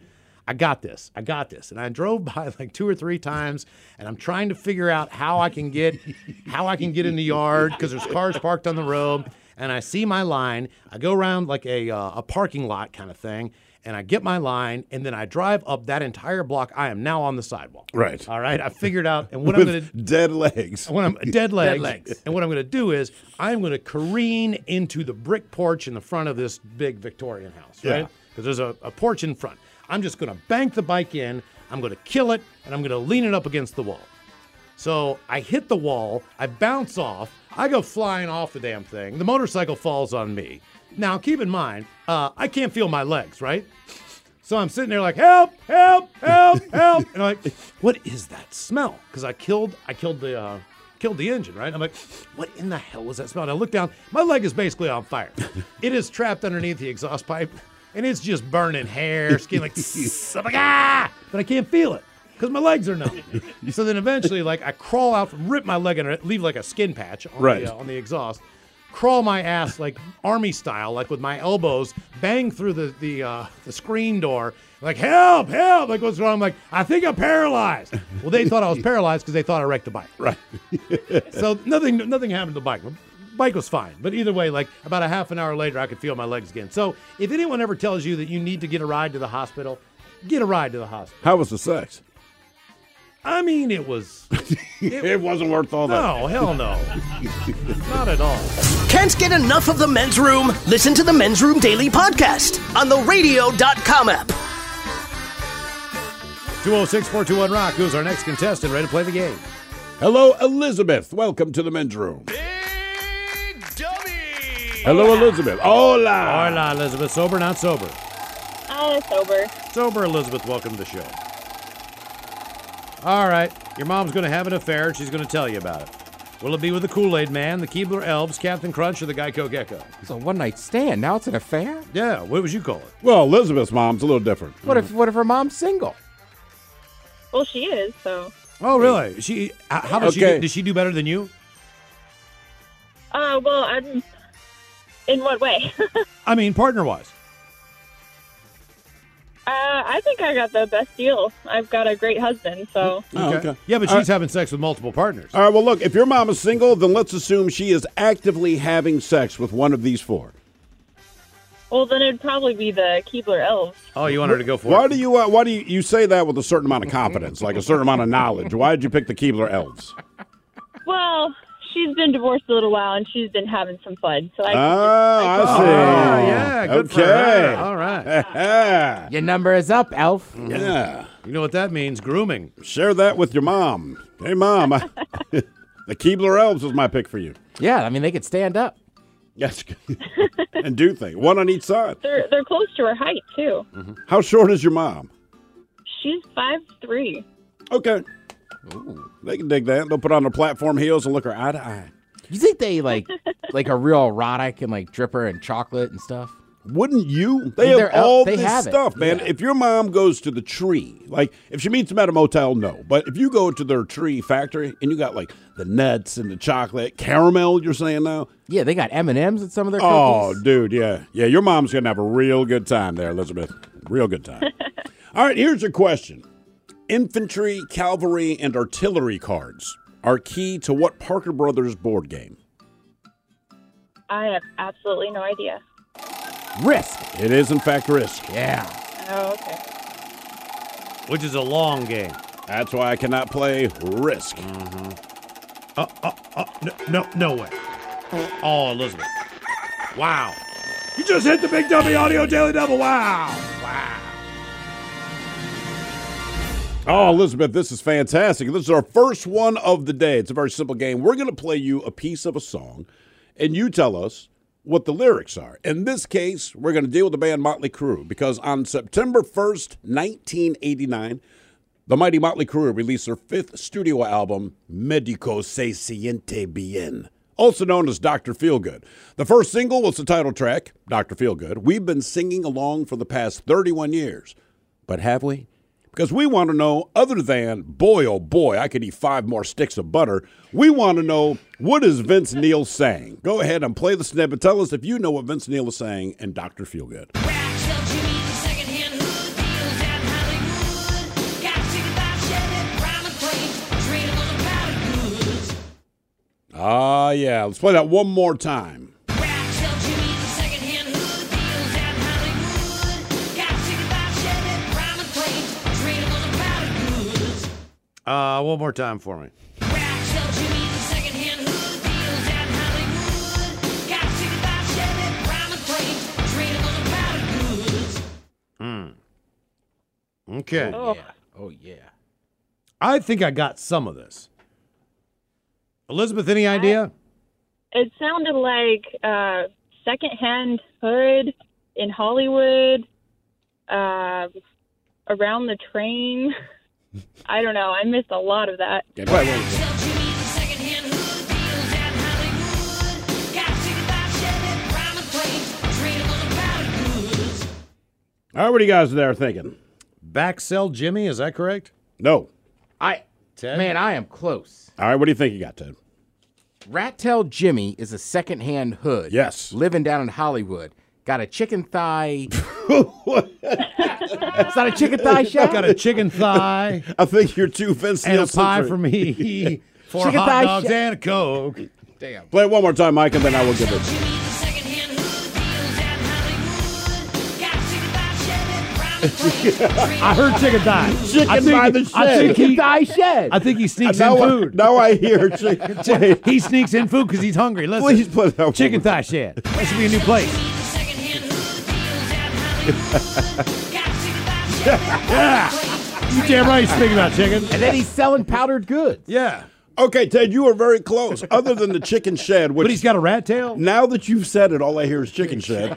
I got this. I got this. And I drove by like two or three times and I'm trying to figure out how I can get how I can get in the yard because there's cars parked on the road. and I see my line. I go around like a uh, a parking lot kind of thing, and I get my line, and then I drive up that entire block. I am now on the sidewalk. Right. All right. I figured out, and what I'm With going to dead legs. When I'm Um, dead legs. legs. And what I'm going to do is I'm going to careen into the brick porch in the front of this big Victorian house, Yeah. right? Because there's a, a porch in front. I'm just going to bank the bike in. I'm going to kill it, and I'm going to lean it up against the wall. So I hit the wall. I bounce off. I go flying off the damn thing. The motorcycle falls on me. Now keep in mind, uh, I can't feel my legs, right? So I'm sitting there like, help, help, help, help, and I'm like, what is that smell? Because I killed, I killed the, uh, killed the engine, right? I'm like, what in the hell was that smell? And I look down, my leg is basically on fire. it is trapped underneath the exhaust pipe, and it's just burning hair, skin, like, tss, I'm like, ah, but I can't feel it because my legs are numb. so then eventually, like, I crawl out, rip my leg under it, leave like a skin patch on Right. the uh, on the exhaust. Crawl my ass like army style, like with my elbows, bang through the the, uh, the screen door, like help, help! Like what's wrong? I'm like I think I'm paralyzed. Well, they thought I was paralyzed because they thought I wrecked the bike. Right. so nothing nothing happened to the bike. The Bike was fine, but either way, like about a half an hour later, I could feel my legs again. So if anyone ever tells you that you need to get a ride to the hospital, get a ride to the hospital. How was the sex? I mean, it was. It, wasn't worth all that. No, Oh, hell no. Not at all. Can't get enough of the men's room? Listen to the Men's Room Daily Podcast on the radio.com app. 206 421 Rock, who's our next contestant, ready to play the game. Hello, Elizabeth. Welcome to the men's room. Hello, Elizabeth. Hola. Hola, Elizabeth. Sober, not sober. Uh, sober. Sober, Elizabeth. Welcome to the show. All right. Your mom's going to have an affair, and she's going to tell you about it. Will it be with the Kool Aid Man, the Keebler Elves, Captain Crunch, or the Geico Gecko? It's a one night stand. Now it's an affair. Yeah. What would you call it? Well, Elizabeth's mom's a little different. What if what if her mom's single? Well, she is, so. Oh, really? She? h- How does she? Okay. Do, does she do better than you? Uh, well, I'm. In what way? uh, I mean, partner wise. I think I got the best deal. I've got a great husband, so. Oh, okay. Yeah, but All she's having sex with multiple partners. All right, well, look, if your mom is single, then let's assume she is actively having sex with one of these four. Well, then it'd probably be the Keebler Elves. Oh, you want her to go for why it? do you uh, why do you, you say that with a certain amount of confidence, like a certain amount of knowledge? Why did you pick the Keebler elves? Well, she's been divorced a little while and she's been having some fun, so I. Oh, I see. Oh, yeah, good for her. okay. All right. Your number is up, Elf. Yeah. You know what that means? Grooming. Share that with your mom. Hey, mom. I, the Keebler elves was my pick for you. Yeah, I mean they could stand up. Yes. and do things. One on each side. They're, they're close to her height, too. Mm-hmm. How short is your mom? She's five three. Okay. They can dig that. They'll put on their platform heels and look her eye to eye. Uh, You think they like like are real erotic and like drip her in chocolate and stuff? Wouldn't you? I They mean, have they're out- all they this have it. stuff, man. Yeah. If your mom goes to the tree, like if she meets him at a motel, no. But if you go to their tree factory and you got like the nuts and the chocolate, caramel, you're saying now? Yeah, they got M and M's in some of their Oh, cookies. dude, yeah. Yeah, your mom's going to have a real good time there, Elizabeth. Real good time. all right, here's your question Infantry, cavalry, and artillery cards are key to what Parker Brothers board game? I have absolutely no idea. Risk. It is, in fact, risk. Yeah. Oh, okay. Which is a long game. That's why I cannot play risk. Uh, uh, uh, no, no, no way. Oh, Elizabeth. Wow. You just hit the Big W Audio Daily Double. Wow. Wow. Oh, Elizabeth, this is fantastic. This is our first one of the day. It's a very simple game. We're going to play you a piece of a song, and you tell us what the lyrics are. In this case, we're going to deal with the band Motley Crue because on September 1st, 1989, the mighty Motley Crue released their fifth studio album, Medico Se Siente Bien, also known as Dr. Feelgood. The first single was the title track, Dr. Feelgood. We've been singing along for the past 31 years, but have we? Because we want to know, other than, boy, oh boy, I could eat five more sticks of butter, we want to know, what is Vince Neil saying? Go ahead and play the snippet. Tell us if you know what Vince Neil is saying and Dr. Feelgood. Ah, yeah. Let's play that one more time. Uh, one more time for me. Mm. Okay. Oh, yeah. Oh, yeah. I think I got some of this. Elizabeth, any idea? It sounded like uh, secondhand hood in Hollywood, uh, around the train. I don't know. I missed a lot of that. All right, what are you guys there thinking? Back sell Jimmy, is that correct? No. I man, I am close. All right, what do you think you got, Ted? Rat Tail Jimmy is a secondhand hood. Yes. Living down in Hollywood. Got a chicken thigh. it's not a chicken thigh shop. Got a chicken thigh. I think you're too fancy. And a pie for me. Four Chicken hot thigh dogs sha- and a Coke. Damn. Play it one more time, Mike, and then I will give it. I heard chicken thigh. I Chicken think- by the I think shed. he- thigh shed. I think he sneaks now, in I, food. now I hear chicken. Wait, He sneaks in food because he's hungry. Listen, please play that one chicken more thigh time. shed. That should be a new place. yeah, you damn right. He's thinking about chicken. And then he's selling powdered goods. Yeah, Okay, Ted, you were very close. Other than the chicken shed, which but he's got a rat tail. now that you've said it, all I hear is chicken shed.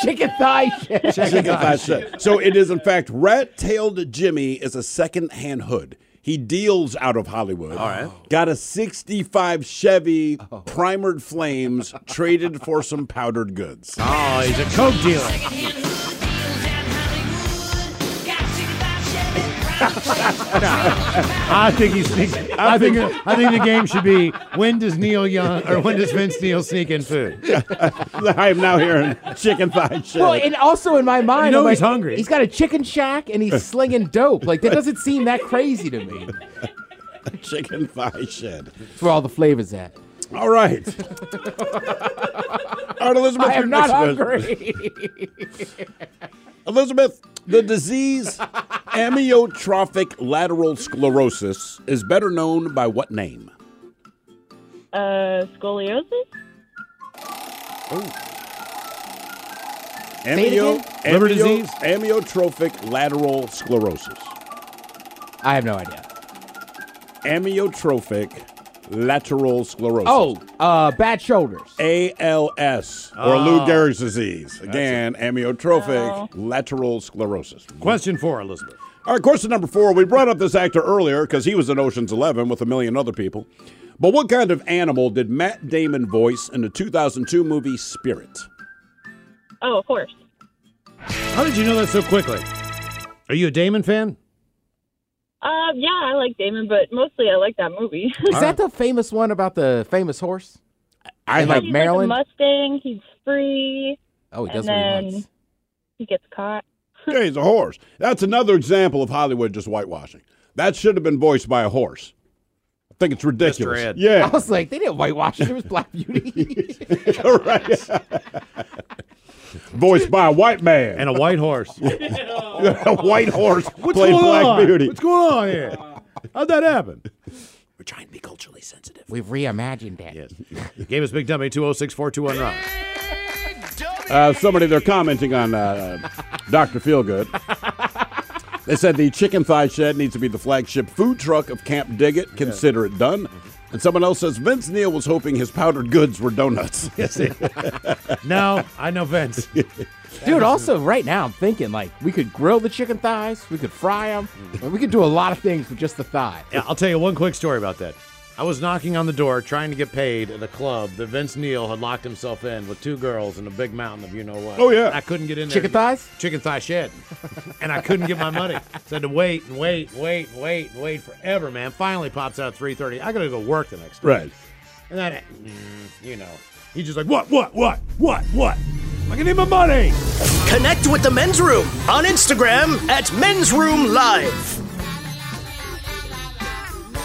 Chicken thigh shed. Chicken thigh shed. So it is in fact rat-tailed Jimmy is a second-hand hood. He deals out of Hollywood. All right. Got a 65 Chevy Oh. primered flames traded for some powdered goods. Oh, he's a coke dealer. I think he's sneaking. I think I think the game should be when does Neil Young or when does Vince Neal sneak in food? I am now hearing chicken thigh shed. Well, and also in my mind, You know I'm like, he's hungry. He's got a chicken shack and he's slinging dope. Like that doesn't seem that crazy to me. chicken thigh shed. That's where all the flavors at. All right. All right, Elizabeth. I your am not next question. hungry. Elizabeth, the disease amyotrophic lateral sclerosis is better known by what name? Uh, scoliosis? it again? Liver disease? Amyotrophic lateral sclerosis. I have no idea. Amyotrophic lateral sclerosis. Oh, uh, bad shoulders. ALS or Lou Oh. Gehrig's disease. Again, amyotrophic lateral sclerosis. Question four, Elizabeth. All right, question number four. We brought up this actor earlier because he was in Ocean's Eleven with a million other people. But what kind of animal did Matt Damon voice in the 2002 movie Spirit? Oh, of course. How did you know that so quickly? Are you a Damon fan? Uh, yeah, I like Damon, but mostly I like that movie. Is that the famous one about the famous horse? I In, like He's Maryland. like a Mustang. He's free. oh, he and does what he then- wants. He gets caught. Yeah, he's a horse. That's another example of Hollywood just whitewashing. That should have been voiced by a horse. I think it's ridiculous. Ed. I Yeah, was like, they didn't whitewash it. It was Black Beauty. right. voiced by a white man And a white horse. a white horse played Black on? Beauty. What's going on here? How'd that happen? We're trying to be culturally sensitive. We've reimagined that. Yes. Game is Big Dummy 206 421 Rock. Uh, somebody they're commenting on uh, Doctor Feelgood. They said the chicken thigh shed needs to be the flagship food truck of Camp Diggett. Consider it done. And someone else says Vince Neil was hoping his powdered goods were donuts. No, I know Vince. Dude, also right now I'm thinking like we could grill the chicken thighs, we could fry them, we could do a lot of things with just the thigh. Yeah, I'll tell you one quick story about that. I was knocking on the door trying to get paid at a club that Vince Neal had locked himself in with two girls and a big mountain of you know what. Oh, yeah. I couldn't get in there. Chicken thighs? Chicken thigh shed. and I couldn't get my money. So I had to wait and wait, and wait, and wait, and wait forever, man. Finally pops out at 3.30. I got to go work the next day. right. And then, mm, you know, he's just like, what, what, what, what, what? I can need my money. Connect with the men's room on Instagram at men's room live.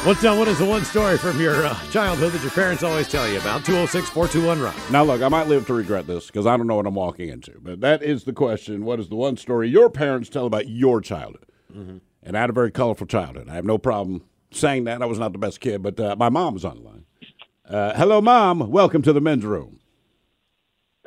What's down? What is the one story from your uh, childhood that your parents always tell you about? 206 421 Rock. Now, look, I might live to regret this because I don't know what I'm walking into, but that is the question. What is the Mm-hmm. one story your parents tell about your childhood? And I had a very colorful childhood. I have no problem sang that. I was not the best kid, but uh, my mom's on the line. Uh, hello, mom. Welcome to the men's room.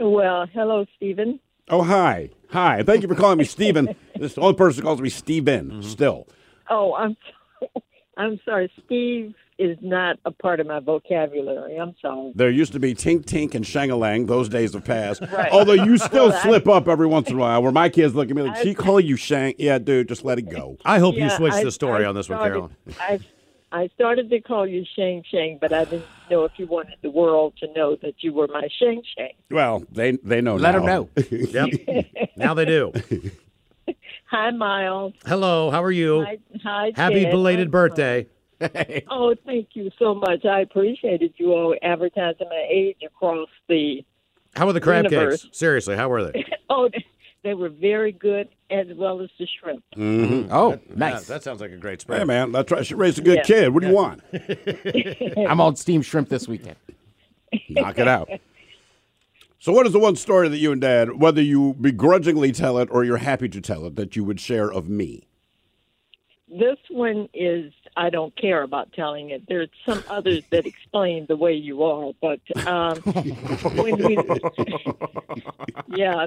Well, hello, Stephen. Oh, hi. Hi. Thank you for calling me Steven. this is the only person who calls me Steven Mm-hmm. still. Oh, I'm I'm sorry. Steve is not a part of my vocabulary. I'm sorry. There used to be Tink Tink and Shangalang. Those days have passed. Right. Although you still Well, I- slip up every once in a while where my kids look at me like, I- she call you Shang. Yeah, dude, just let it go. I hope Yeah, you switch I- the story I on this one, started- Carolyn. I I started to call you Shang Shang, but I didn't know if you wanted the world to know that you were my Shang Shang. Well, they they know Let 'em now. know. yep. Now they do. Hi, Miles. Hello, how are you? Hi, hi Happy Ted. belated birthday. Oh, thank you so much. I appreciated you all advertising my age across the. How were the crab Universe. cakes? Seriously, how were they? Oh, they were very good, as well as the shrimp. Mhm. Oh, nice. That sounds like a great spread. Hey, man, that's right. She raised a good Yeah. kid. What do you want? I'm on steam shrimp this weekend. Knock it out. So, what is the one story that you and Dad, whether you begrudgingly tell it or you're happy to tell it, that you would share of me? This one is I don't care about telling it. There's some others that explain the way you are, but um, when we, yeah,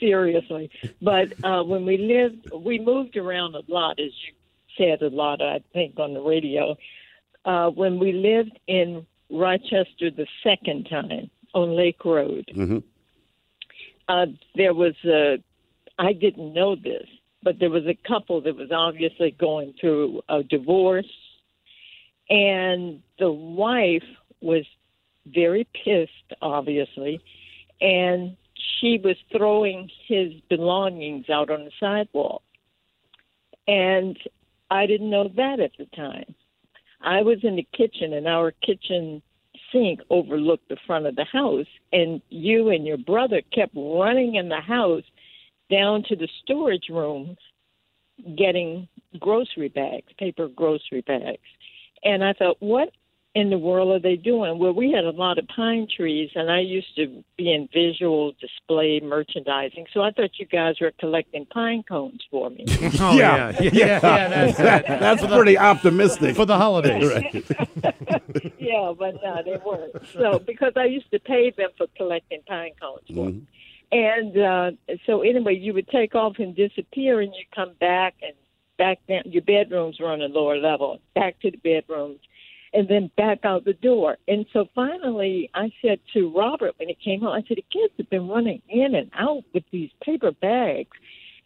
seriously. But uh, when we lived, we moved around a lot, as you said a lot, I think, on the radio. Uh, when we lived in Rochester the second time on Lake Road, Mm-hmm. uh, there was a I didn't know this, but there was a couple that was obviously going through a divorce, and the wife was very pissed, obviously, and she was throwing his belongings out on the sidewalk. And I didn't know that at the time. I was in the kitchen, and our kitchen sink overlooked the front of the house, and you and your brother kept running in the house down to the storage room getting grocery bags, paper grocery bags. And I thought, what in the world are they doing? Well, we had a lot of pine trees, and I used to be in visual display merchandising, so I thought you guys were collecting pine cones for me. Oh, yeah. Yeah, yeah, yeah, that's- That- that's for the- pretty optimistic. for the holidays. Right. yeah, but no, they weren't. So because I used to pay them for collecting pine cones. Mhm. And uh, so anyway, you would take off and disappear, and you come back and back down. Your bedrooms were on a lower level, back to the bedrooms, and then back out the door. And so finally, I said to Robert when he came home, I said, "The kids have been running in and out with these paper bags."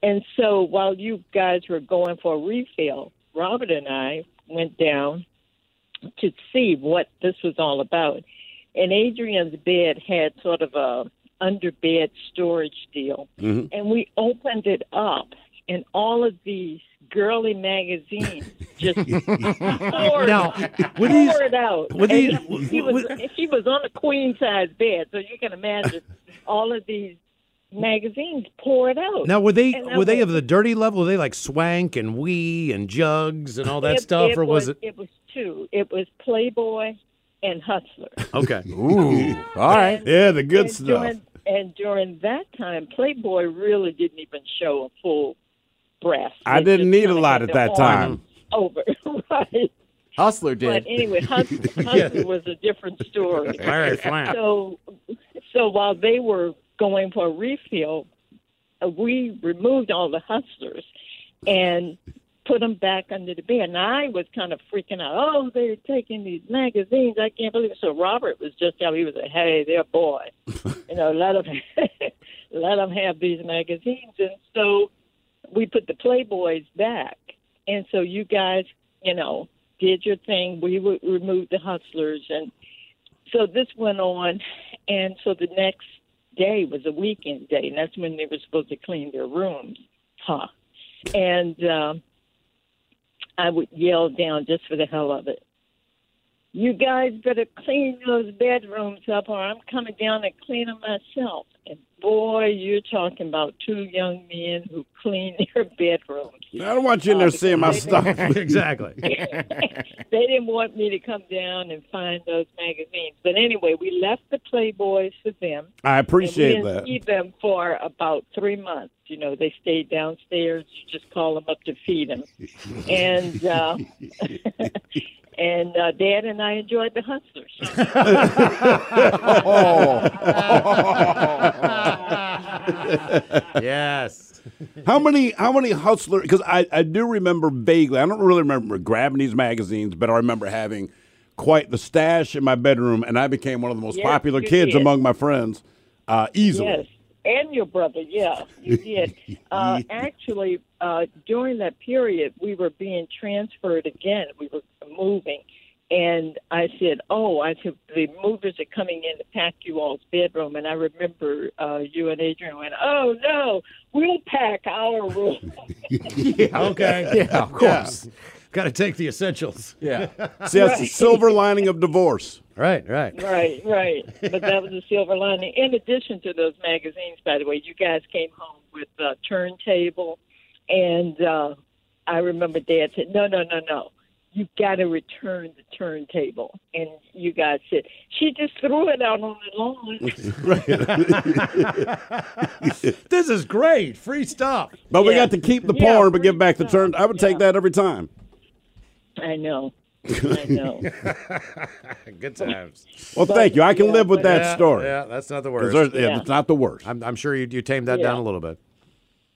And so while you guys were going for a refill, Robert and I went down to see what this was all about. And Adrian's bed had sort of a underbed storage deal, Mm-hmm. Mhm. and we opened it up, and all of these girly magazines just poured, Now, with these- poured out. with And these- he was he was on a queen size bed, so you can imagine all of these magazines poured out. Now were they Oh, And I were they went- of the dirty level? Were they like swank and wee and jugs and all that it- stuff, or was, it? It was two. It was Playboy and Hustler. Okay. Ooh. All right. Yeah, the good and stuff. During, and during that time, Playboy really didn't even show a full breast. I didn't need a lot at that on. time. Over, right? Hustler But did. anyway, Hustler, Hustler was a different story. All right, fine. So, so while they were going for a refill, uh, we removed all the Hustlers and put them back under the bed. And I was kind of freaking out. Oh, they're taking these magazines. I can't believe it. So Robert was just out. He was like, hey, they're boys. you know, let them, let them have these magazines. And so we put the Playboys back. And so you guys, you know, did your thing. We would remove the Hustlers. And so this went on. And so the next day was a weekend day. And that's when they were supposed to clean their rooms. Huh. And um, I would yell down just for the hell of it. You guys better clean those bedrooms up, or I'm coming down and clean 'em myself. And boy, you're talking about two young men who clean their bedrooms. I don't want you in there seeing my stuff. exactly. they didn't want me to come down and find those magazines. But anyway, we left the Playboys for them. I appreciate and we that. didn't see them for about three months. You know, they stayed downstairs. You just call them up to feed them, and uh, and uh, Dad and I enjoyed the hustlers. Oh. yes. How many? How many hustler? Because I, I do remember vaguely. I don't really remember grabbing these magazines, but I remember having quite the stash in my bedroom, and I became one of the most Yes, popular you kids did. among my friends uh, easily. Yes, and your brother. Yeah, you did. uh, actually, uh, during that period, we were being transferred again. We were moving, and I said, "Oh, I said the movers are coming in to pack you all's bedroom." And I remember uh, you and Adrian went, "Oh no, we'll pack our room." Yeah, okay. Yeah, of course. Got to take the essentials. Yeah. See, that's the silver lining of divorce. Right, right. right, right. But that was a silver lining. In addition to those magazines, by the way, you guys came home with uh, turntable, and uh, I remember Dad said, "No, no, no, no." You've got to return the turntable. And you guys said, she just threw it out on the lawn. this is great. Free stuff. But we got to keep the Yeah, porn, but give back the turn. I would take that every time. I know. I know. Good times. Well, thank you. I can live with that Yeah, story. Yeah, that's not the 'Cause worst. there's- yeah, Yeah. that's not the worst. I'm, I'm sure you, you tamed that down Yeah. a little bit.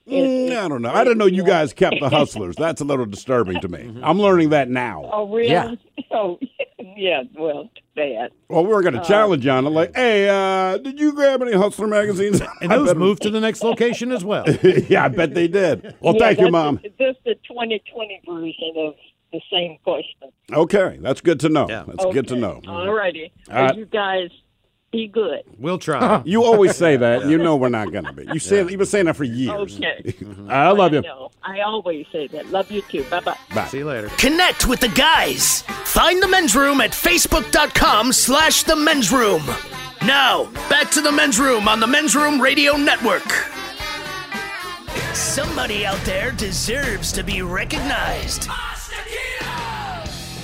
Mm, I don't know. I didn't know you guys kept the hustlers. That's a little disturbing to me. Mm-hmm. I'm learning that now. Oh, really? Yeah. Oh, yeah. Well, bad. Well, we're going to Uh, challenge you on it. Like, hey, uh, did you grab any Hustler magazines? And those moved to the next location as well. yeah, I bet they did. Well, Yeah, thank you, that's Mom. the- That's the 2020 version of the same question. Okay, that's good to know. That's good to Okay. know. All righty. All right. You guys be good. We'll try. you always say that. You know we're not going to be. You say, You've been saying that for years. Okay. I love you. No, Oh. I always say that. Love you too. Bye bye. Bye. See you later. Connect with the guys. Find the men's room at facebook.com slash the men's room. Now, back to the men's room on the men's room radio network. Somebody out there deserves to be recognized.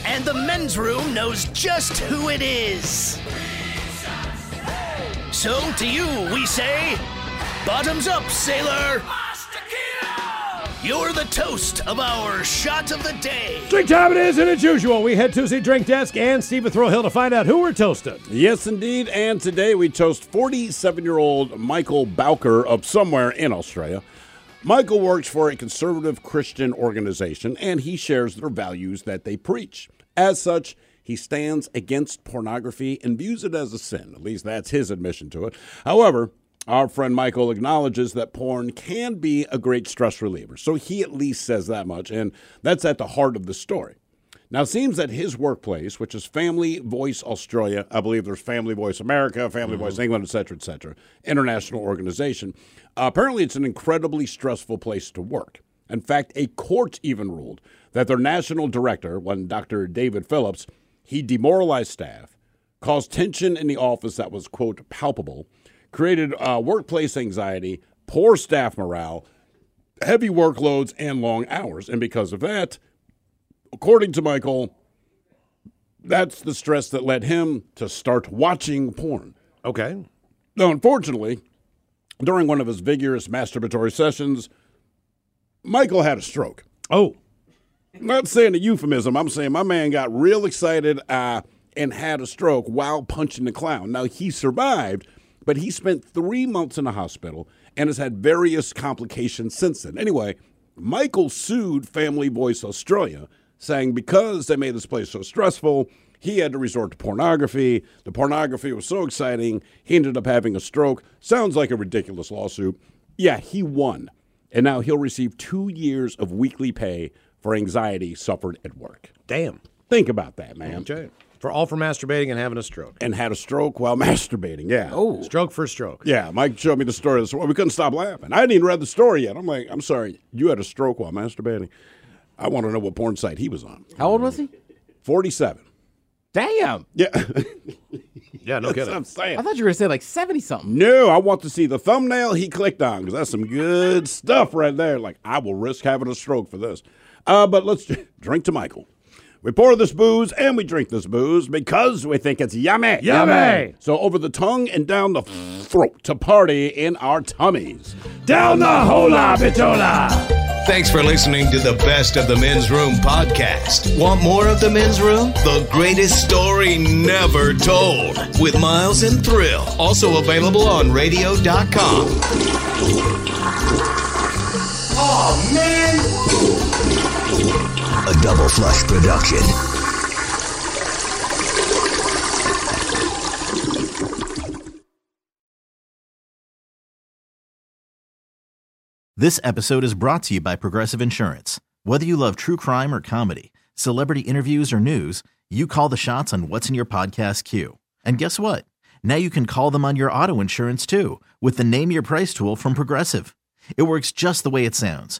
And the men's room knows just who it is. So to you, we say, bottoms up, sailor. You're the toast of our shot of the day. Drink time it is, and as usual, we head to the drink desk and Steve Thrill Hill to find out who we're toasted. Yes, indeed. And today we toast 47 year old Michael Bowker of somewhere in Australia. Michael works for a conservative Christian organization and he shares their values that they preach. As such, he stands against pornography and views it as a sin. At least that's his admission to it. However, our friend Michael acknowledges that porn can be a great stress reliever. So he at least says that much, and that's at the heart of the story. Now, it seems that his workplace, which is Family Voice Australia, I believe there's Family Voice America, Family Voice England, et cetera, et cetera, international organization, uh, apparently it's an incredibly stressful place to work. In fact, a court even ruled that their national director, one Dr. David Phillips, he demoralized staff, caused tension in the office that was, quote, palpable, created uh, workplace anxiety, poor staff morale, heavy workloads, and long hours. And because of that, according to Michael, that's the stress that led him to start watching porn. Okay. Now, unfortunately, during one of his vigorous masturbatory sessions, Michael had a stroke. Oh. I'm not saying a euphemism. I'm saying my man got real excited uh, and had a stroke while punching the clown. Now, he survived, but he spent three months in the hospital and has had various complications since then. Anyway, Michael sued Family Voice Australia, saying because they made this place so stressful, he had to resort to pornography. The pornography was so exciting, he ended up having a stroke. Sounds like a ridiculous lawsuit. Yeah, he won. And now he'll receive two years of weekly pay for anxiety suffered at work. Damn. Think about that, man. Okay. For all for masturbating and having a stroke. And had a stroke while masturbating. Yeah. Oh. Stroke for stroke. Yeah, Mike showed me the story. This We couldn't stop laughing. I hadn't even read the story yet. I'm like, I'm sorry, you had a stroke while masturbating. I want to know what porn site he was on. How old was he? 47. Damn. Yeah. yeah, no That's kidding. what I'm saying. I thought you were going to say like 70 something. No, I want to see the thumbnail he clicked on because that's some good stuff right there. Like, I will risk having a stroke for this. Uh, but let's drink to Michael. We pour this booze and we drink this booze because we think it's yummy. Yummy. So over the tongue and down the throat to party in our tummies. Down the hola bitola. Thanks for listening to the Best of the Men's Room podcast. Want more of the Men's Room? The greatest story never told with Miles and Thrill. Also available on radio.com. Oh, man. A double flush production. This episode is brought to you by Progressive Insurance. Whether you love true crime or comedy, celebrity interviews or news, you call the shots on what's in your podcast queue. And guess what? Now you can call them on your auto insurance too with the Name Your Price tool from Progressive. It works just the way it sounds.